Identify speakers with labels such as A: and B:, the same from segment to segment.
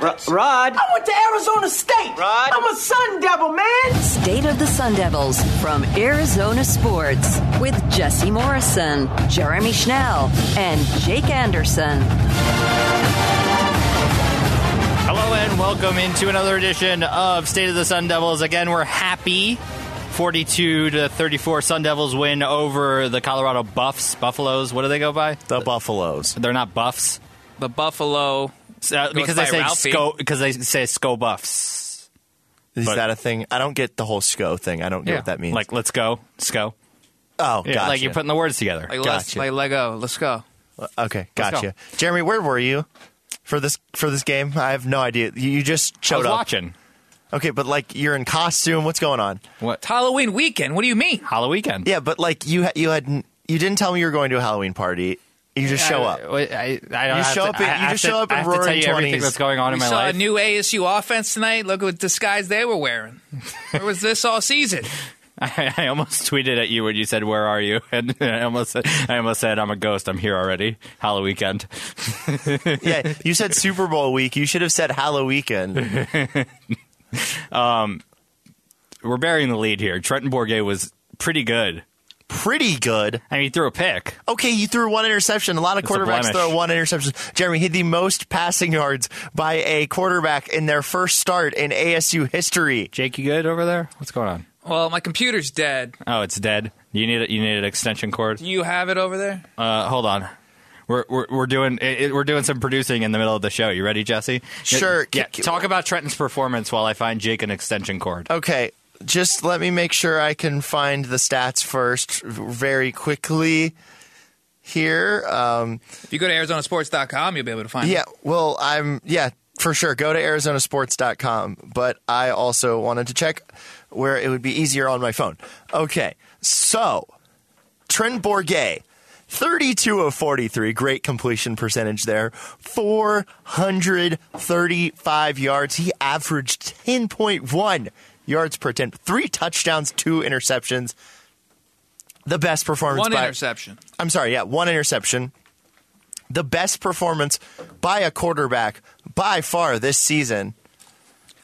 A: Ro- Rod.
B: I went to Arizona State.
A: Rod.
B: I'm a Sun Devil, man.
C: State of the Sun Devils from Arizona Sports with Jesse Morrison, Jeremy Schnell, and Jake Anderson.
D: Hello and welcome into another edition of State of the Sun Devils. Again, we're happy. 42 to 34 Sun Devils win over the Colorado Buffs. Buffaloes, what do they go by?
E: The Buffaloes.
D: They're not Buffs.
F: The Buffalo.
D: Uh, because they
F: by
D: say
F: Ralphie.
D: sco because they say sco buffs.
E: Is
D: But-
E: that a thing? I don't get the whole SCO thing. I don't get what that means.
D: Like let's go, sco.
E: oh,
D: Yeah,
E: gotcha.
D: like you're putting the words together.
F: Like, let's,
E: Gotcha.
F: like Lego. Let's go.
E: okay,
D: Let's
E: gotcha. Jeremy, where were you for this for this game? I have no idea. You, you just
D: I
E: showed
D: was
E: up.
D: watching
E: Okay, but like you're in costume. What's going on?
D: what
F: Halloween weekend. What do you mean?
D: Halloween weekend.
E: Yeah, but like you ha- you hadn't you didn't tell me you were going to a Halloween party. You just show up.
D: Uh, I, I, I don't
E: You
D: have
E: show
D: to-
E: up in-
D: I
E: you
D: have
E: just
D: to-
E: show up in
D: I have to tell
E: roaring
D: you everything
E: 20s.
D: that's going on
F: We
D: in my
F: saw
D: life.
F: a new ASU offense tonight. Look what disguise they were wearing. Where was this all season?
D: I, I almost tweeted at you when you said, "Where are you?" And I almost said, "I almost said I'm a ghost. I'm here already." Halloween weekend.
E: yeah, you said Super Bowl week. You should have said Halloween.
D: We're burying the lead here. Trenton Bourget was pretty good.
E: Pretty good.
D: I mean, he threw a pick.
E: Okay, you threw one interception. A lot of
D: a
E: quarterbacks
D: blemish.
E: throw one interception. Jeremy hit the most passing yards by a quarterback in their first start in ASU history.
D: Jake, you good over there? What's going on?
F: Well, my computer's dead.
D: Oh, it's dead. You need it. You need an extension cord.
F: Do you have it over there?
D: Uh, hold on. We're, we're, we're doing it, it- we're doing some producing in the middle of the show. You ready, Jesse?
E: Sure.
D: Yeah.
E: Kick-
D: Talk about Trenton's performance while I find Jake an extension
F: Oh,
D: cord.
E: Okay, just let me make sure I can find the stats first very quickly here. Um,
F: If you go to ArizonaSports.com, you'll be able to find
E: yeah,
F: it.
E: well, I'm, yeah, for sure. Go to Arizonasports.com, but I also wanted to check where it would be easier on my phone. Okay, so Trent Bourget. 32 of 43, great completion percentage there. 435 yards. He averaged 10.1 yards per attempt. Three touchdowns, two interceptions. The best performance
F: One
E: by
F: interception.
E: I'm sorry, yeah, one interception. The best performance by a quarterback by far this season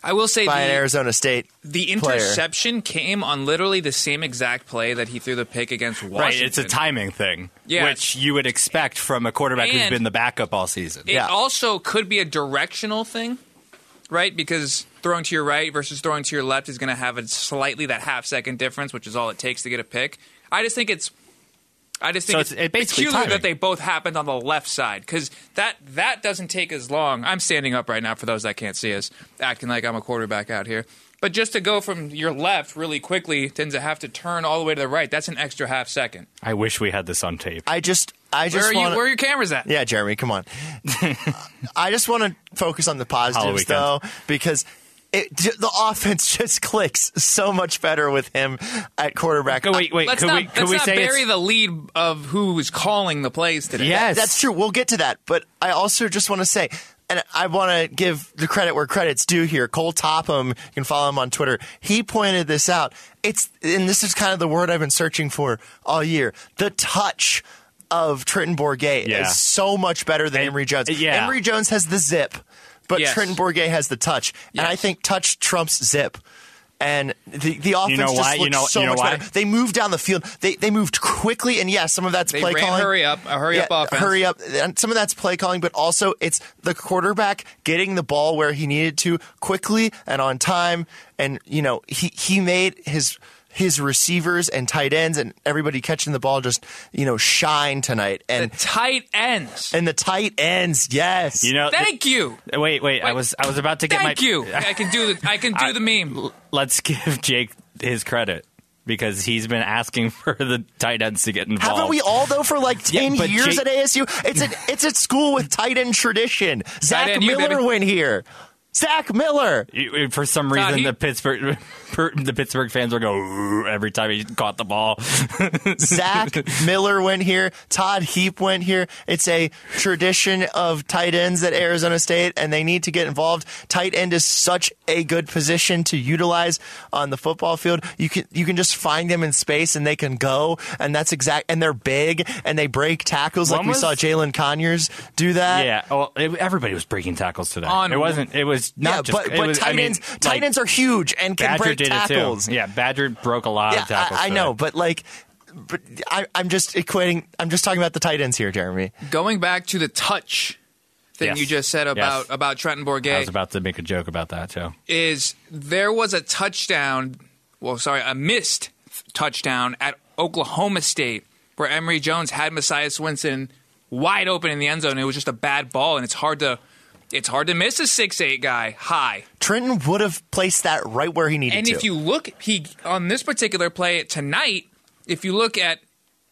F: I will say
E: by an
F: the,
E: Arizona State.
F: the
E: player.
F: interception came on literally the same exact play that he threw the pick against Washington.
D: Right, it's a timing thing,
F: Yeah.
D: which you would expect from a quarterback who's
F: And-
D: been the backup all season.
F: It
E: Yeah.
F: also could be a directional thing, right? Because throwing to your right versus throwing to your left is going to have a slightly that half second difference, which is all it takes to get a pick. I just think it's, I just think
D: So
F: it's,
D: it's- it basically
F: peculiar
D: timing.
F: that they both happened on the left side because that that doesn't take as long. I'm standing up right now for those that can't see us, acting like I'm a quarterback out here. But just to go from your left really quickly, tends to have to turn all the way to the right. That's an extra half second.
D: I wish we had this on tape.
E: I just, I
F: Where
E: just
F: are you?
E: want
F: Where are your cameras at?
E: Yeah, Jeremy, come on. I just want to focus on the positives
D: Halloween
E: though, because it, j- the offense just clicks so much better with him at quarterback.
D: Go- wait, wait.
F: Let's
D: could
F: not,
D: we could
F: let's
D: we
F: not
D: say it's-
F: bury the lead of who is calling the plays today.
E: I-
D: yes?
E: that's true. We'll get to that, but I also just want to say. And I want to give the credit where credit's due here. Cole Topham, you can follow him on Twitter. He pointed this out. It's and this is kind of the word I've been searching for all year. The touch of Trenton Bourget
D: Yeah.
E: is so much better than Emory Jones.
D: yeah.
E: Emory Jones has the zip, but
F: Yes.
E: Trenton Bourget has the touch, and
F: Yes.
E: I think touch trumps zip. And the the offense
D: know
E: just
D: why? You
E: looks
D: know-
E: so
D: you know
E: much
D: why?
E: better. They moved down the field. They they moved quickly, and yes, some of that's
F: They
E: play
F: ran
E: calling.
F: hurry up- a hurry up offense.
E: Hurry up. And some of that's play calling, but also it's the quarterback getting the ball where he needed to quickly and on time. And you know he he made his his receivers and tight ends and everybody catching the ball just you know shine tonight.
F: The
E: And
F: tight ends.
E: and the tight ends, yes,
D: You know.
F: Thank you.
D: Wait, wait, I was I was about to get
F: Thank
D: my
F: you. I can do the I can do the meme.
D: Let's give Jake his credit because he's been asking for the tight ends to get involved.
E: Haven't we all though for like
D: Yeah,
E: ten
D: but
E: years
D: Jake-
E: at ASU? It's at it's at school with tight end tradition. Zach
F: end you,
E: Miller
F: baby.
E: went here. Zach Miller.
D: You- you- For some
F: Todd,
D: reason,
F: he-
D: the Pittsburgh per- the Pittsburgh fans will go "Ooh," every time he caught the ball.
E: Uh, Zach Miller went here. Todd Heap went here. It's a tradition of tight ends at Arizona State, and they need to get involved. Tight end is such a good position to utilize on the football field. You can you can just find them in space, and they can go. And that's exact. And they're big, and they break tackles like
D: When
E: we
D: was-
E: saw Jalen Conyers do that.
D: yeah, well, it, everybody was breaking tackles today.
F: On-
D: it wasn't. It was not
E: Yeah,
D: just.
E: but,
D: it
E: but
D: was,
E: tight
D: I mean,
E: ends,
D: like,
E: tight ends are huge and can
D: Badger
E: break
D: did
E: tackles.
D: it too. Yeah, Badger broke a lot
E: Yeah,
D: of tackles.
E: I, I
D: today.
E: know, but like, but I, I'm just equating. I'm just talking about the tight ends here, Jeremy.
F: Going back to the touch thing
D: Yes.
F: you just said
D: Yes.
F: about about Trenton Bourget.
D: I was about to make a joke about that too.
F: is there was a touchdown, well, sorry, a missed touchdown at Oklahoma State where Emory Jones had Messiah Swinson wide open in the end zone. It was just a bad ball, and it's hard to it's hard to miss a six eight guy high.
E: Trenton would have placed that right where he needed
F: And
E: to.
F: if you look, he on this particular play tonight, if you look at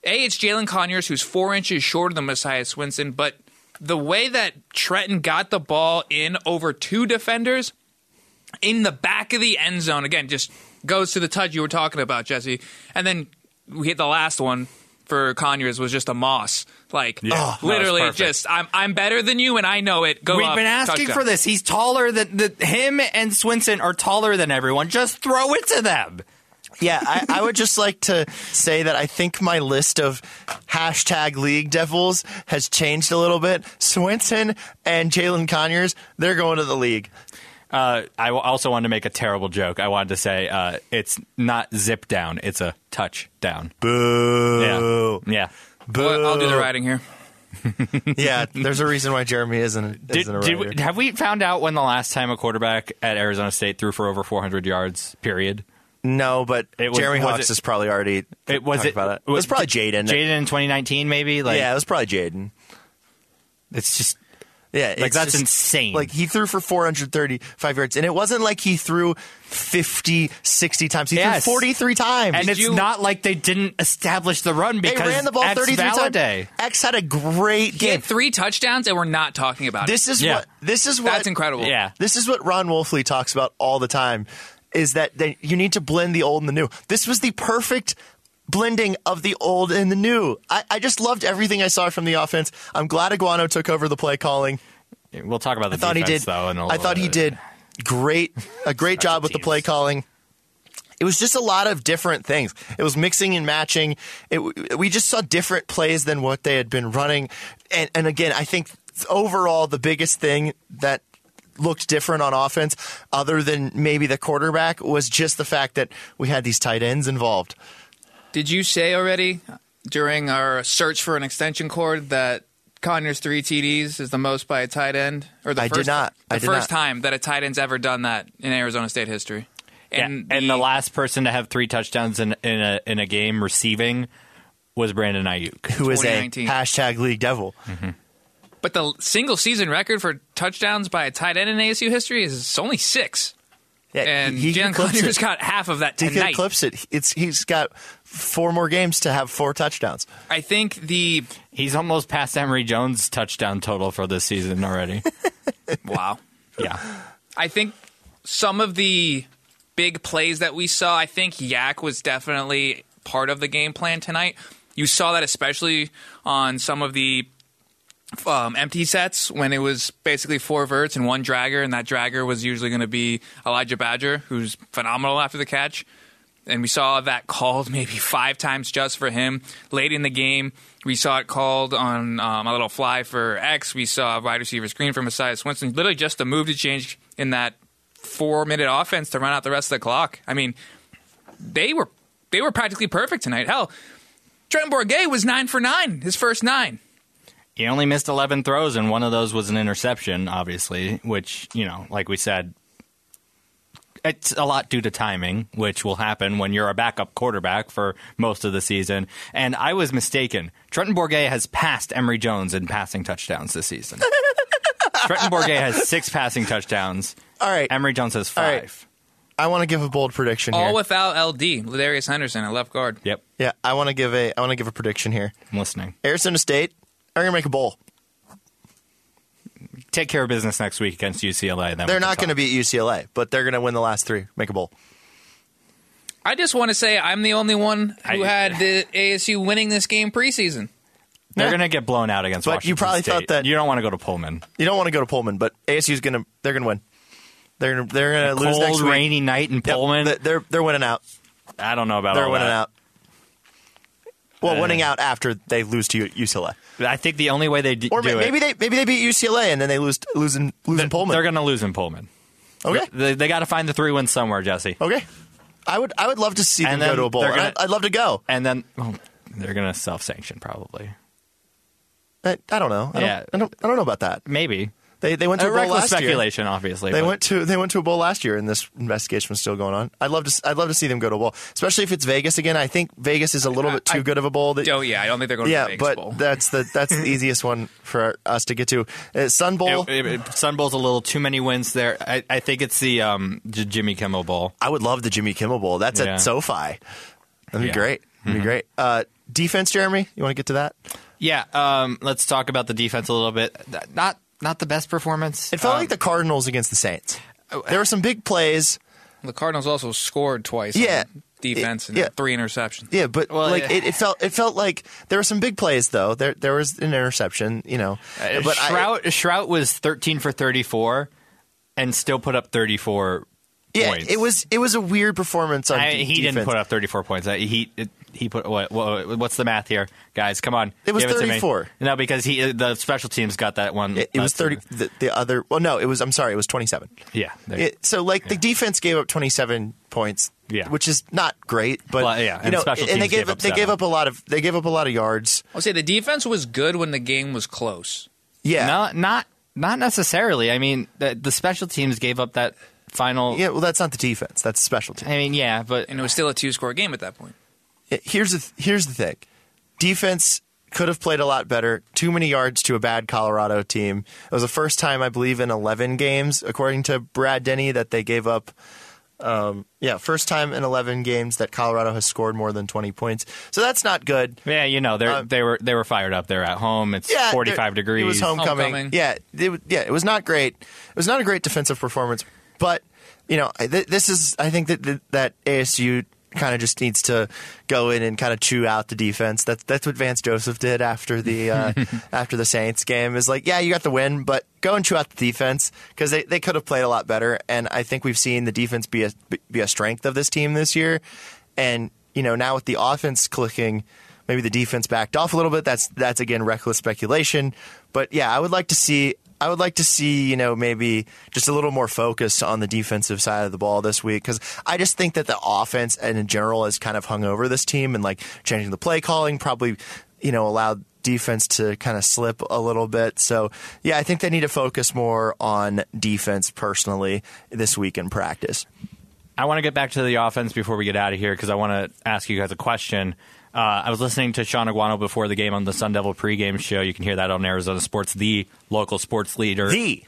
F: a, it's Jalen Conyers who's four inches shorter than Messiah Swinson, but the way that Trenton got the ball in over two defenders in the back of the end zone again, just goes to the touch you were talking about, Jesse, and then we hit the last one. For Conyers was just a moss, like
D: Oh, that was
F: literally
D: perfect.
F: just I'm I'm better than you and I know it. Go
D: We've
F: up,
D: been asking
F: touchdown.
D: for this. He's taller than the, him and Swinson are taller than everyone. Just throw it to them.
E: yeah, I, I would just like to say that I think my list of hashtag league devils has changed a little bit. Swinson and Jalen Conyers, they're going to the league.
D: Uh, I w- also wanted to make a terrible joke. I wanted to say uh, it's not zip down; it's a touchdown.
E: Boo.
D: Yeah, yeah.
F: I'll, I'll do the writing here.
E: Yeah, there's a reason why Jeremy isn't,
D: Did,
E: isn't a
D: did
E: writer.
D: we, have we found out when the last time a quarterback at Arizona State threw for over 400 yards? Period.
E: no, but
D: It was-
E: Jeremy
D: was
E: Hawks
D: it-
E: is probably already
D: It was
E: talked
D: it,
E: about it. It was probably Jaden.
D: Jaden in 2019, maybe. Like,
E: yeah, it was probably Jaden.
D: it's just
E: Yeah,
D: Like,
E: it's
D: that's
E: just-
D: insane.
E: Like he threw for 435 yards and it wasn't like he threw 50, 60 times. He
D: Yes.
E: threw 43 times.
D: And it's
F: you-
D: not like they didn't establish the run
E: they
D: because
E: ran the ball
D: X
E: 33
D: Valaday.
E: times. X had a great
F: He
E: game.
F: had three touchdowns, and we're not talking about it.
E: This is
D: Yeah.
E: what this is what
F: That's incredible.
D: Yeah.
E: This is what Ron Wolfley talks about all the time is that they, you need to blend the old and the new. This was the perfect blending of the old and the new. I, I just loved everything I saw from the offense. I'm glad Iguano took over the play calling.
D: We'll talk about the
E: I thought he
D: defense,
E: did.
D: though. In a
E: I thought
D: little
E: he
D: bit.
E: did great a great job with the
D: teams.
E: play calling. It was just a lot of different things. It was mixing and matching. It, we just saw different plays than what they had been running. And, and again, I think overall the biggest thing that looked different on offense, other than maybe the quarterback, was just the fact that we had these tight ends involved.
F: Did you say already during our search for an extension cord that Conyers three TDs is the most by a tight end? Or the
E: I did
F: first,
E: not.
F: The
E: I did
F: first
E: not.
F: time that a tight end's ever done that in Arizona State history.
D: Yeah, And, the last person to have three touchdowns in, in a in a game receiving was Brandon Ayuk.
E: Who is a
F: 2019.
E: hashtag league devil?
F: but the single season record for touchdowns by a tight end in ASU history is only six,
E: Yeah,
F: and
E: Uh, he- he
F: Jalen
E: eclipsed
F: Conyers
E: it.
F: got half of that
E: He could
F: tonight.
E: eclipse it. It's he's got four more games to have four touchdowns.
F: I think the
D: He's almost past Emory Jones' touchdown total for this season already.
F: wow.
D: yeah,
F: I think some of the big plays that we saw, I think Yak was definitely part of the game plan tonight. You saw that especially on some of the um, empty sets when it was basically four verts and one dragger, and that dragger was usually going to be Elijah Badger, who's phenomenal after the catch. And we saw that called maybe five times just for him late in the game. We saw it called on um, a little fly for X. We saw a wide receiver screen for Messiah Swinson. Literally just the move to change in that four minute offense to run out the rest of the clock. I mean, they were they were practically perfect tonight. Hell, Trent Bourget was nine for nine, his first nine.
D: he only missed eleven throws, and one of those was an interception, obviously, which you know, like we said, it's a lot due to timing, which will happen when you're a backup quarterback for most of the season. And I was mistaken. Trenton Bourget has passed Emory Jones in passing touchdowns this season. Trenton Bourget has six passing touchdowns.
E: All right.
D: Emory Jones has
E: All
D: five.
E: right. I want to give a bold prediction
F: All
E: here.
F: without LD, Ladarius Henderson at left guard.
D: Yep,
E: yeah, I want to give a I want to give a prediction here.
D: I'm listening.
E: Arizona State are going to make a bowl.
D: take care of business next week against UCLA. Then
E: They're not going
D: to
E: to beat UCLA, but they're going to win the last three. Make a bowl.
F: I just want to say I'm the only one who
D: I-
F: had the ASU winning this game preseason.
D: They're
E: Yeah.
D: going to get blown out against.
E: But
D: Washington
E: you probably
D: State.
E: thought that-
D: you don't want to go to Pullman.
E: You don't want to go to Pullman, but ASU's going to they're going to win. They're gonna, they're going to lose next
D: Cold,
E: week.
D: rainy night in
E: Yep,
D: Pullman.
E: they- They're they're winning out.
D: I don't know about
E: They're
D: all
E: winning
D: that.
E: out. Well,
D: Uh,
E: winning out after they lose to U- UCLA,
D: I think the only way they d-
E: or
D: do
E: ma- maybe
D: it,
E: they maybe they beat UCLA and then they lose losing losing Pullman.
D: they're going to lose in Pullman.
E: okay,
D: They, they got to find the three wins somewhere, Jesse.
E: okay. I would I would love to see
D: And
E: them go
D: then
E: to a bowl.
D: they're
E: And
D: gonna-
E: I'd, I'd love to go.
D: And then oh, they're going to self-sanction probably.
E: I, I don't know. I don't,
D: Yeah.
E: I don't I don't know about that.
D: Maybe.
E: They they went to
D: Uh,
E: a bowl
D: reckless
E: last year.
D: speculation, obviously.
E: They
D: but-
E: went to they went to a bowl last year, and this investigation was still going on. I'd love to s- I'd love to see them go to a bowl, especially if it's Vegas again. I think Vegas is a little bit too
F: I-
E: good of a bowl. That,
F: Oh yeah, I don't think they're going to
E: yeah,
F: the Vegas
E: but
F: Bowl.
E: that's the that's the easiest one for us to get to. Uh, Sun Bowl.
D: It- it- it- Sun Bowl's a little too many wins there. I, I think it's the um, J- Jimmy Kimmel Bowl.
E: I would love the Jimmy Kimmel Bowl. That's
D: Yeah.
E: at SoFi. That'd be
D: Yeah. Mm-hmm.
E: great. That'd be great. Uh, defense, Jeremy. You want to get to that?
D: Yeah, um, let's talk about the defense a little bit. Th- Not not the best performance.
E: It felt like the Cardinals against the Saints.
D: oh,
E: There were some big plays.
F: the Cardinals also scored twice.
E: Yeah.
F: on defense and
E: Yeah.
F: three interceptions.
E: Yeah, but
D: Well,
E: like
D: yeah.
E: It, it felt it felt like there were some big plays though. There there was an interception. You know,
D: but
E: Uh, but I-
D: Shrout Shrout was thirteen for thirty four, and still put up thirty four.
E: Yeah,
D: points.
E: it was it was a weird performance on
D: I,
E: de-
D: he
E: defense.
D: didn't put up 34 points. I- He it, he put what, what? What's the math here, guys? Come on,
E: It was
D: give to me.
E: 34.
D: No, because he uh, the special teams got that one.
E: It, it was
D: last
E: thirty.
D: time.
E: The, the other, well, no, it was. I'm sorry, it was 27.
D: Yeah, there-
E: It, so like the defense gave up 27 points.
D: Yeah.
E: which is not great, but
D: Well, yeah,
E: you
D: and
E: know,
D: special
E: and they
D: teams
E: gave
D: gave up
E: they gave
D: seven.
E: up a lot of they gave up a lot of yards.
F: I'll say the defense was good when the game was close.
E: Yeah,
D: No, not not necessarily. I mean, the, the special teams gave up that final.
E: yeah. Well, that's not the defense. That's special teams.
D: I mean, yeah, but
F: And it was still a two score game at that point.
E: Here's the th- here's the thing. Defense could have played a lot better. Too many yards to a bad Colorado team. It was the first time I believe in 11 games, according to Brad Denny, that they gave up. Um, yeah, first time in 11 games that Colorado has scored more than 20 points. So that's not good.
D: yeah, you know, they are
E: Uh,
D: they were they were fired up. They're at home. It's
E: Yeah,
D: 45
E: there-
D: degrees.
E: It was homecoming.
F: Homecoming.
E: Yeah, it, wa- yeah, it was not great. It was not a great defensive performance, but you know, I- th- this is. I think that that, that ASU kind of just needs to go in and kind of chew out the defense. That's that's what Vance Joseph did after the uh, after the Saints game. Is like, yeah, you got the win, but go and chew out the defense because they, they could have played a lot better. And I think we've seen the defense be a be a strength of this team this year. And you know, now with the offense clicking maybe the defense backed off a little bit. That's that's again reckless speculation. But yeah, I would like to see I would like to see you know maybe just a little more focus on the defensive side of the ball this week because I just think that the offense and in general is kind of hung over this team and like changing the play calling probably you know allowed defense to kind of slip a little bit. So yeah, I think they need to focus more on defense personally this week in practice.
D: I want to get back to the offense before we get out of here because I want to ask you guys a question. Uh, I was listening to Sean Aguano before the game on the Sun Devil pregame show. You can hear that on Arizona Sports, the local sports leader,
E: The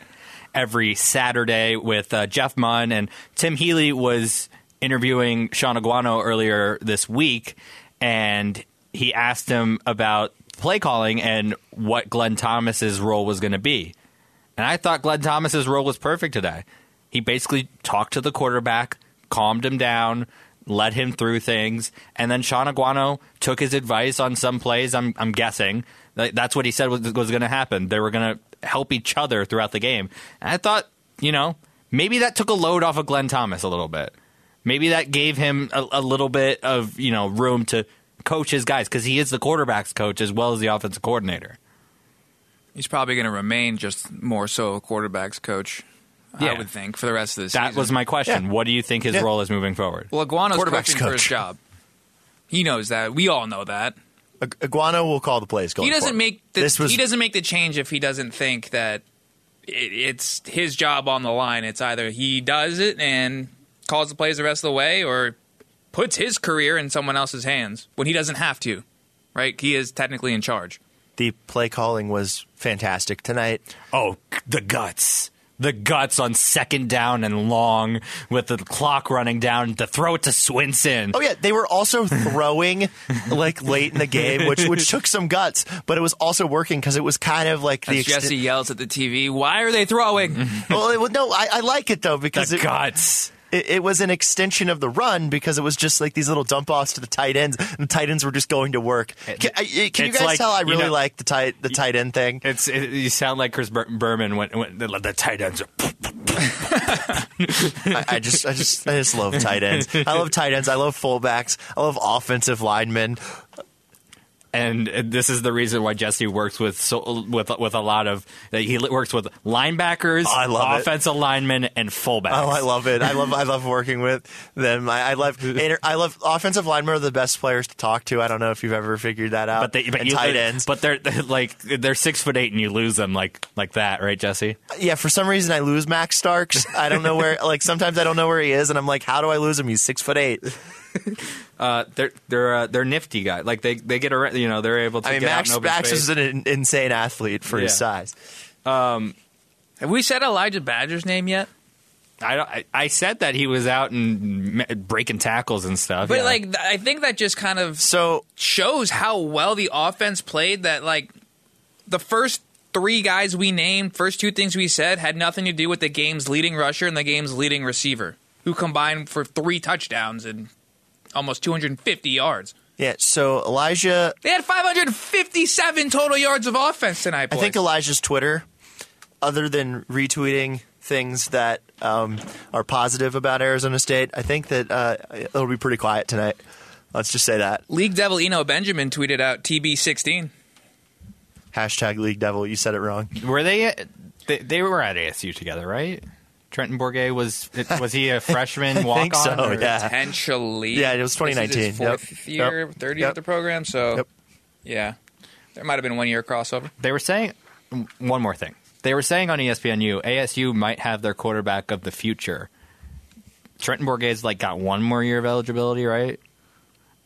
D: every Saturday with uh, Jeff Munn and Tim Healy was interviewing Sean Aguano earlier this week, and he asked him about play calling and what Glenn Thomas's role was going to be. And I thought Glenn Thomas's role was perfect today. He basically talked to the quarterback, calmed him down, led him through things, and then Sean Aguano took his advice on some plays. I'm, I'm guessing Like, that's what he said was, was going to happen. They were going to help each other throughout the game. And I thought, you know, maybe that took a load off of Glenn Thomas a little bit. Maybe that gave him a, a little bit of you know room to coach his guys because he is the quarterback's coach as well as the offensive coordinator.
F: He's probably going to remain just more so a quarterback's coach,
D: Yeah.
F: I would think, for the rest of the
D: That
F: season.
D: was my question.
E: Yeah.
D: What do you think his
E: Yeah.
D: role is moving forward?
F: Well, Iguano's
E: Quarterback's
F: coaching for his
E: coach.
F: job. He knows that. We all know that.
E: Ig- Iguano will call the plays. Going
F: he doesn't
E: forward.
F: make the,
E: this was
F: he doesn't make the change if he doesn't think that it, it's his job on the line. It's either he does it and calls the plays the rest of the way, or puts his career in someone else's hands when he doesn't have to. Right? He is technically in charge.
E: the play calling was fantastic tonight.
D: Oh, the guts. the guts on second down and long with the clock running down to throw it to Swinson.
E: Oh yeah, they were also throwing like late in the game, which which took some guts, but it was also working because it was kind of like the
F: As
E: extent-
F: Jesse yells at the TV, "Why are they throwing?"
E: well, it, well, no, I, I like it though because
D: the
E: it,
D: guts.
E: it, it was an extension of the run because it was just like these little dump offs to the tight ends, and the tight ends were just going to work. Can, I- I- can you
D: it's
E: guys
D: like,
E: tell I
D: you
E: really
D: know-
E: like the tight the tight end thing?
D: It's it, you sound like Chris Bur- Berman when, when the, the tight ends. Are,
E: I, I just I just I just love tight ends. I love tight ends. I love fullbacks. I love offensive linemen.
D: and this is the reason why Jesse works with so, with with a lot of he works with linebackers,
E: Oh, I love it.
D: offensive linemen, and fullbacks.
E: Oh, I love it. I love I love working with them. I, I love inter- I love offensive linemen are the best players to talk to. I don't know if you've ever figured that out.
D: But they, but
E: and
D: you,
E: tight ends.
D: But they're, they're like they're six foot eight, and you lose them like like that, right, Jesse?
E: yeah, for some reason I lose Max Starks. I don't know where. like sometimes I don't know where he is, and I'm like, how do I lose him? He's six foot eight.
D: Uh, they're they're uh, they're nifty guys. Like they they get around. You know, they're able to.
E: I mean,
D: get
E: Max
D: out in open
E: Max
D: space.
E: is an in- insane athlete for his
D: Yeah.
E: size.
F: Have we said Elijah Badger's name yet?
D: I, don't- I I said that he was out and m- breaking tackles and stuff.
F: But
D: yeah.
F: like, th- I think that just kind of
E: So
F: shows how well the offense played. That like the first three guys we named, first two things we said, had nothing to do with the game's leading rusher and the game's leading receiver, who combined for three touchdowns and almost 250 yards.
E: yeah, so Elijah
F: They had 557 total yards of offense tonight.
E: I
F: Boys.
E: think Elijah's Twitter, other than retweeting things that um, are positive about Arizona State, I think that uh, it'll be pretty quiet tonight. Let's just say that.
F: League Devil Eno Benjamin tweeted out TB16.
E: Hashtag League Devil, you said it wrong.
D: were they, uh, they they were at ASU together, right? Trenton Bourget was it- was he a freshman walk
E: think so,
D: on?
E: yeah.
F: Potentially,
E: Yeah, it was
F: This is his
E: 2019. Yep.
F: fourth year,
E: Yep.
F: third year
E: Yep.
F: at the program. So,
E: Yep.
F: yeah, there might have been one year crossover.
D: They were saying one more thing. They were saying on E ESPNU, ASU might have their quarterback of the future. Trenton Bourget's like got one more year of eligibility, right?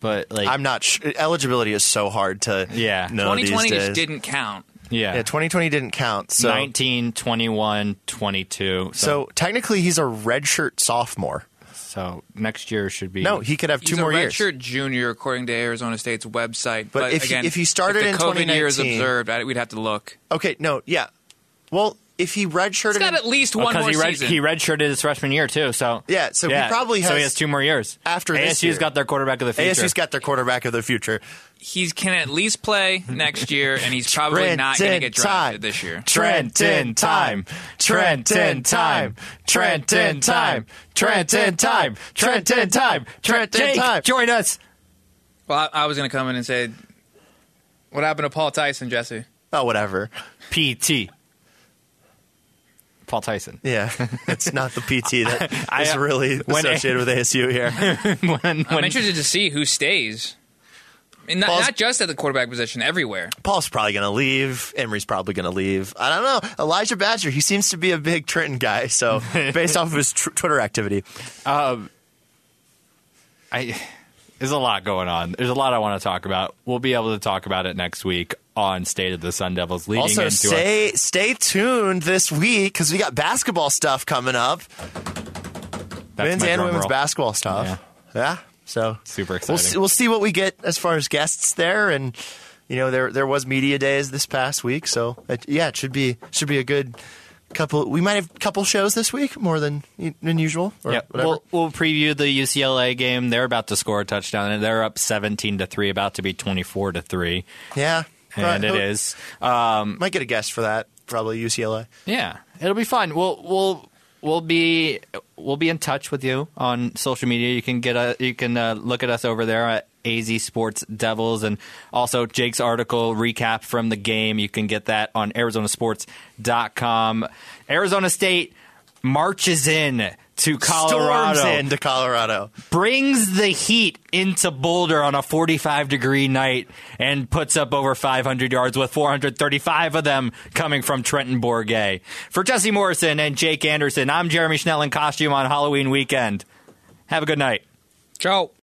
D: But like,
E: I'm not sh- eligibility is so hard to
D: Yeah.
E: know Oh, these
F: 2020
E: days.
F: just didn't count.
D: yeah,
E: yeah, 2020 didn't count. So
D: 19, 21, 22. So,
E: so technically he's a redshirt sophomore.
D: so next year should be
E: No, he could have two
F: He's
E: more
F: a
E: years.
F: redshirt junior, according to Arizona State's website.
E: But
F: But,
E: if he-
F: again,
E: if he started
F: if
E: in
F: the COVID year is
E: 2019
F: observed, I, we'd have to look.
E: Okay, no, yeah. Well, if he redshirted,
F: He's got at least
E: Oh,
F: one
D: because
F: more
D: he, red,
F: season.
D: he redshirted his freshman year too. So
E: Yeah, so he probably
D: so
E: has-
D: he has two more years
E: after
D: ASU's
E: this year.
D: got their quarterback of the future.
E: ASU's got their quarterback of the future.
F: He's can at least play next year, and he's probably not going to
E: Trenton
F: get
E: Todd.
F: drafted this year.
D: Trenton time. Trenton time. Trenton time. Trenton time. Trenton time. Trenton
E: Jake,
D: time. Join us.
F: Well, I, I was going to come in and say, what happened to Paul Tyson, Jesse?
E: Oh, whatever.
D: PT. Paul Tyson.
E: Yeah, it's not the PT that is
D: I, uh,
E: really
D: when-
E: associated with ASU here.
D: when,
F: I'm
D: when-
F: interested to see who stays. And not,
E: Paul's-
F: not just at the quarterback position, everywhere.
E: Paul's probably going to leave. Emery's probably going to leave. I don't know. Elijah Badger, he seems to be a big Trenton guy. So based off of his tr- Twitter activity,
D: I, there's a lot going on. There's a lot I want to talk about. We'll be able to talk about it next week on State of the Sun Devils. Leading into
E: also
D: our-
E: stay stay tuned this week because we got basketball stuff coming up.
D: That's
E: men's
D: my
E: and
D: drum
E: women's
D: roll.
E: basketball stuff. Yeah. So
D: Super
E: We'll
D: exciting.
E: see, we'll see what we get as far as guests there, and you know there there was media days this past week, so it, yeah, it should be should be a good couple. We might have a couple shows this week more than than usual. Or
D: Yep.
E: whatever.
D: We'll, we'll preview the UCLA game. They're about to score a touchdown, and they're up 17 to 3, about to be 24 to 3.
E: yeah,
D: And
E: Right.
D: it is.
E: Might get a guest for that. Probably UCLA.
D: Yeah, it'll be fun. We'll we'll we'll be we'll be in touch with you on social media. You can get a you can uh, look at us over there at AZ Sports Devils and also Jake's article recap from the game. You can get that on arizonasports.com. Arizona State marches in to Colorado
E: Storms into Colorado.
D: brings the heat into Boulder on a 45 degree night and puts up over 500 yards with 435 of them coming from Trenton Bourget. For Jesse Morrison and Jake Anderson, I'm Jeremy Schnell in costume on Halloween weekend. Have a good night.
F: Ciao.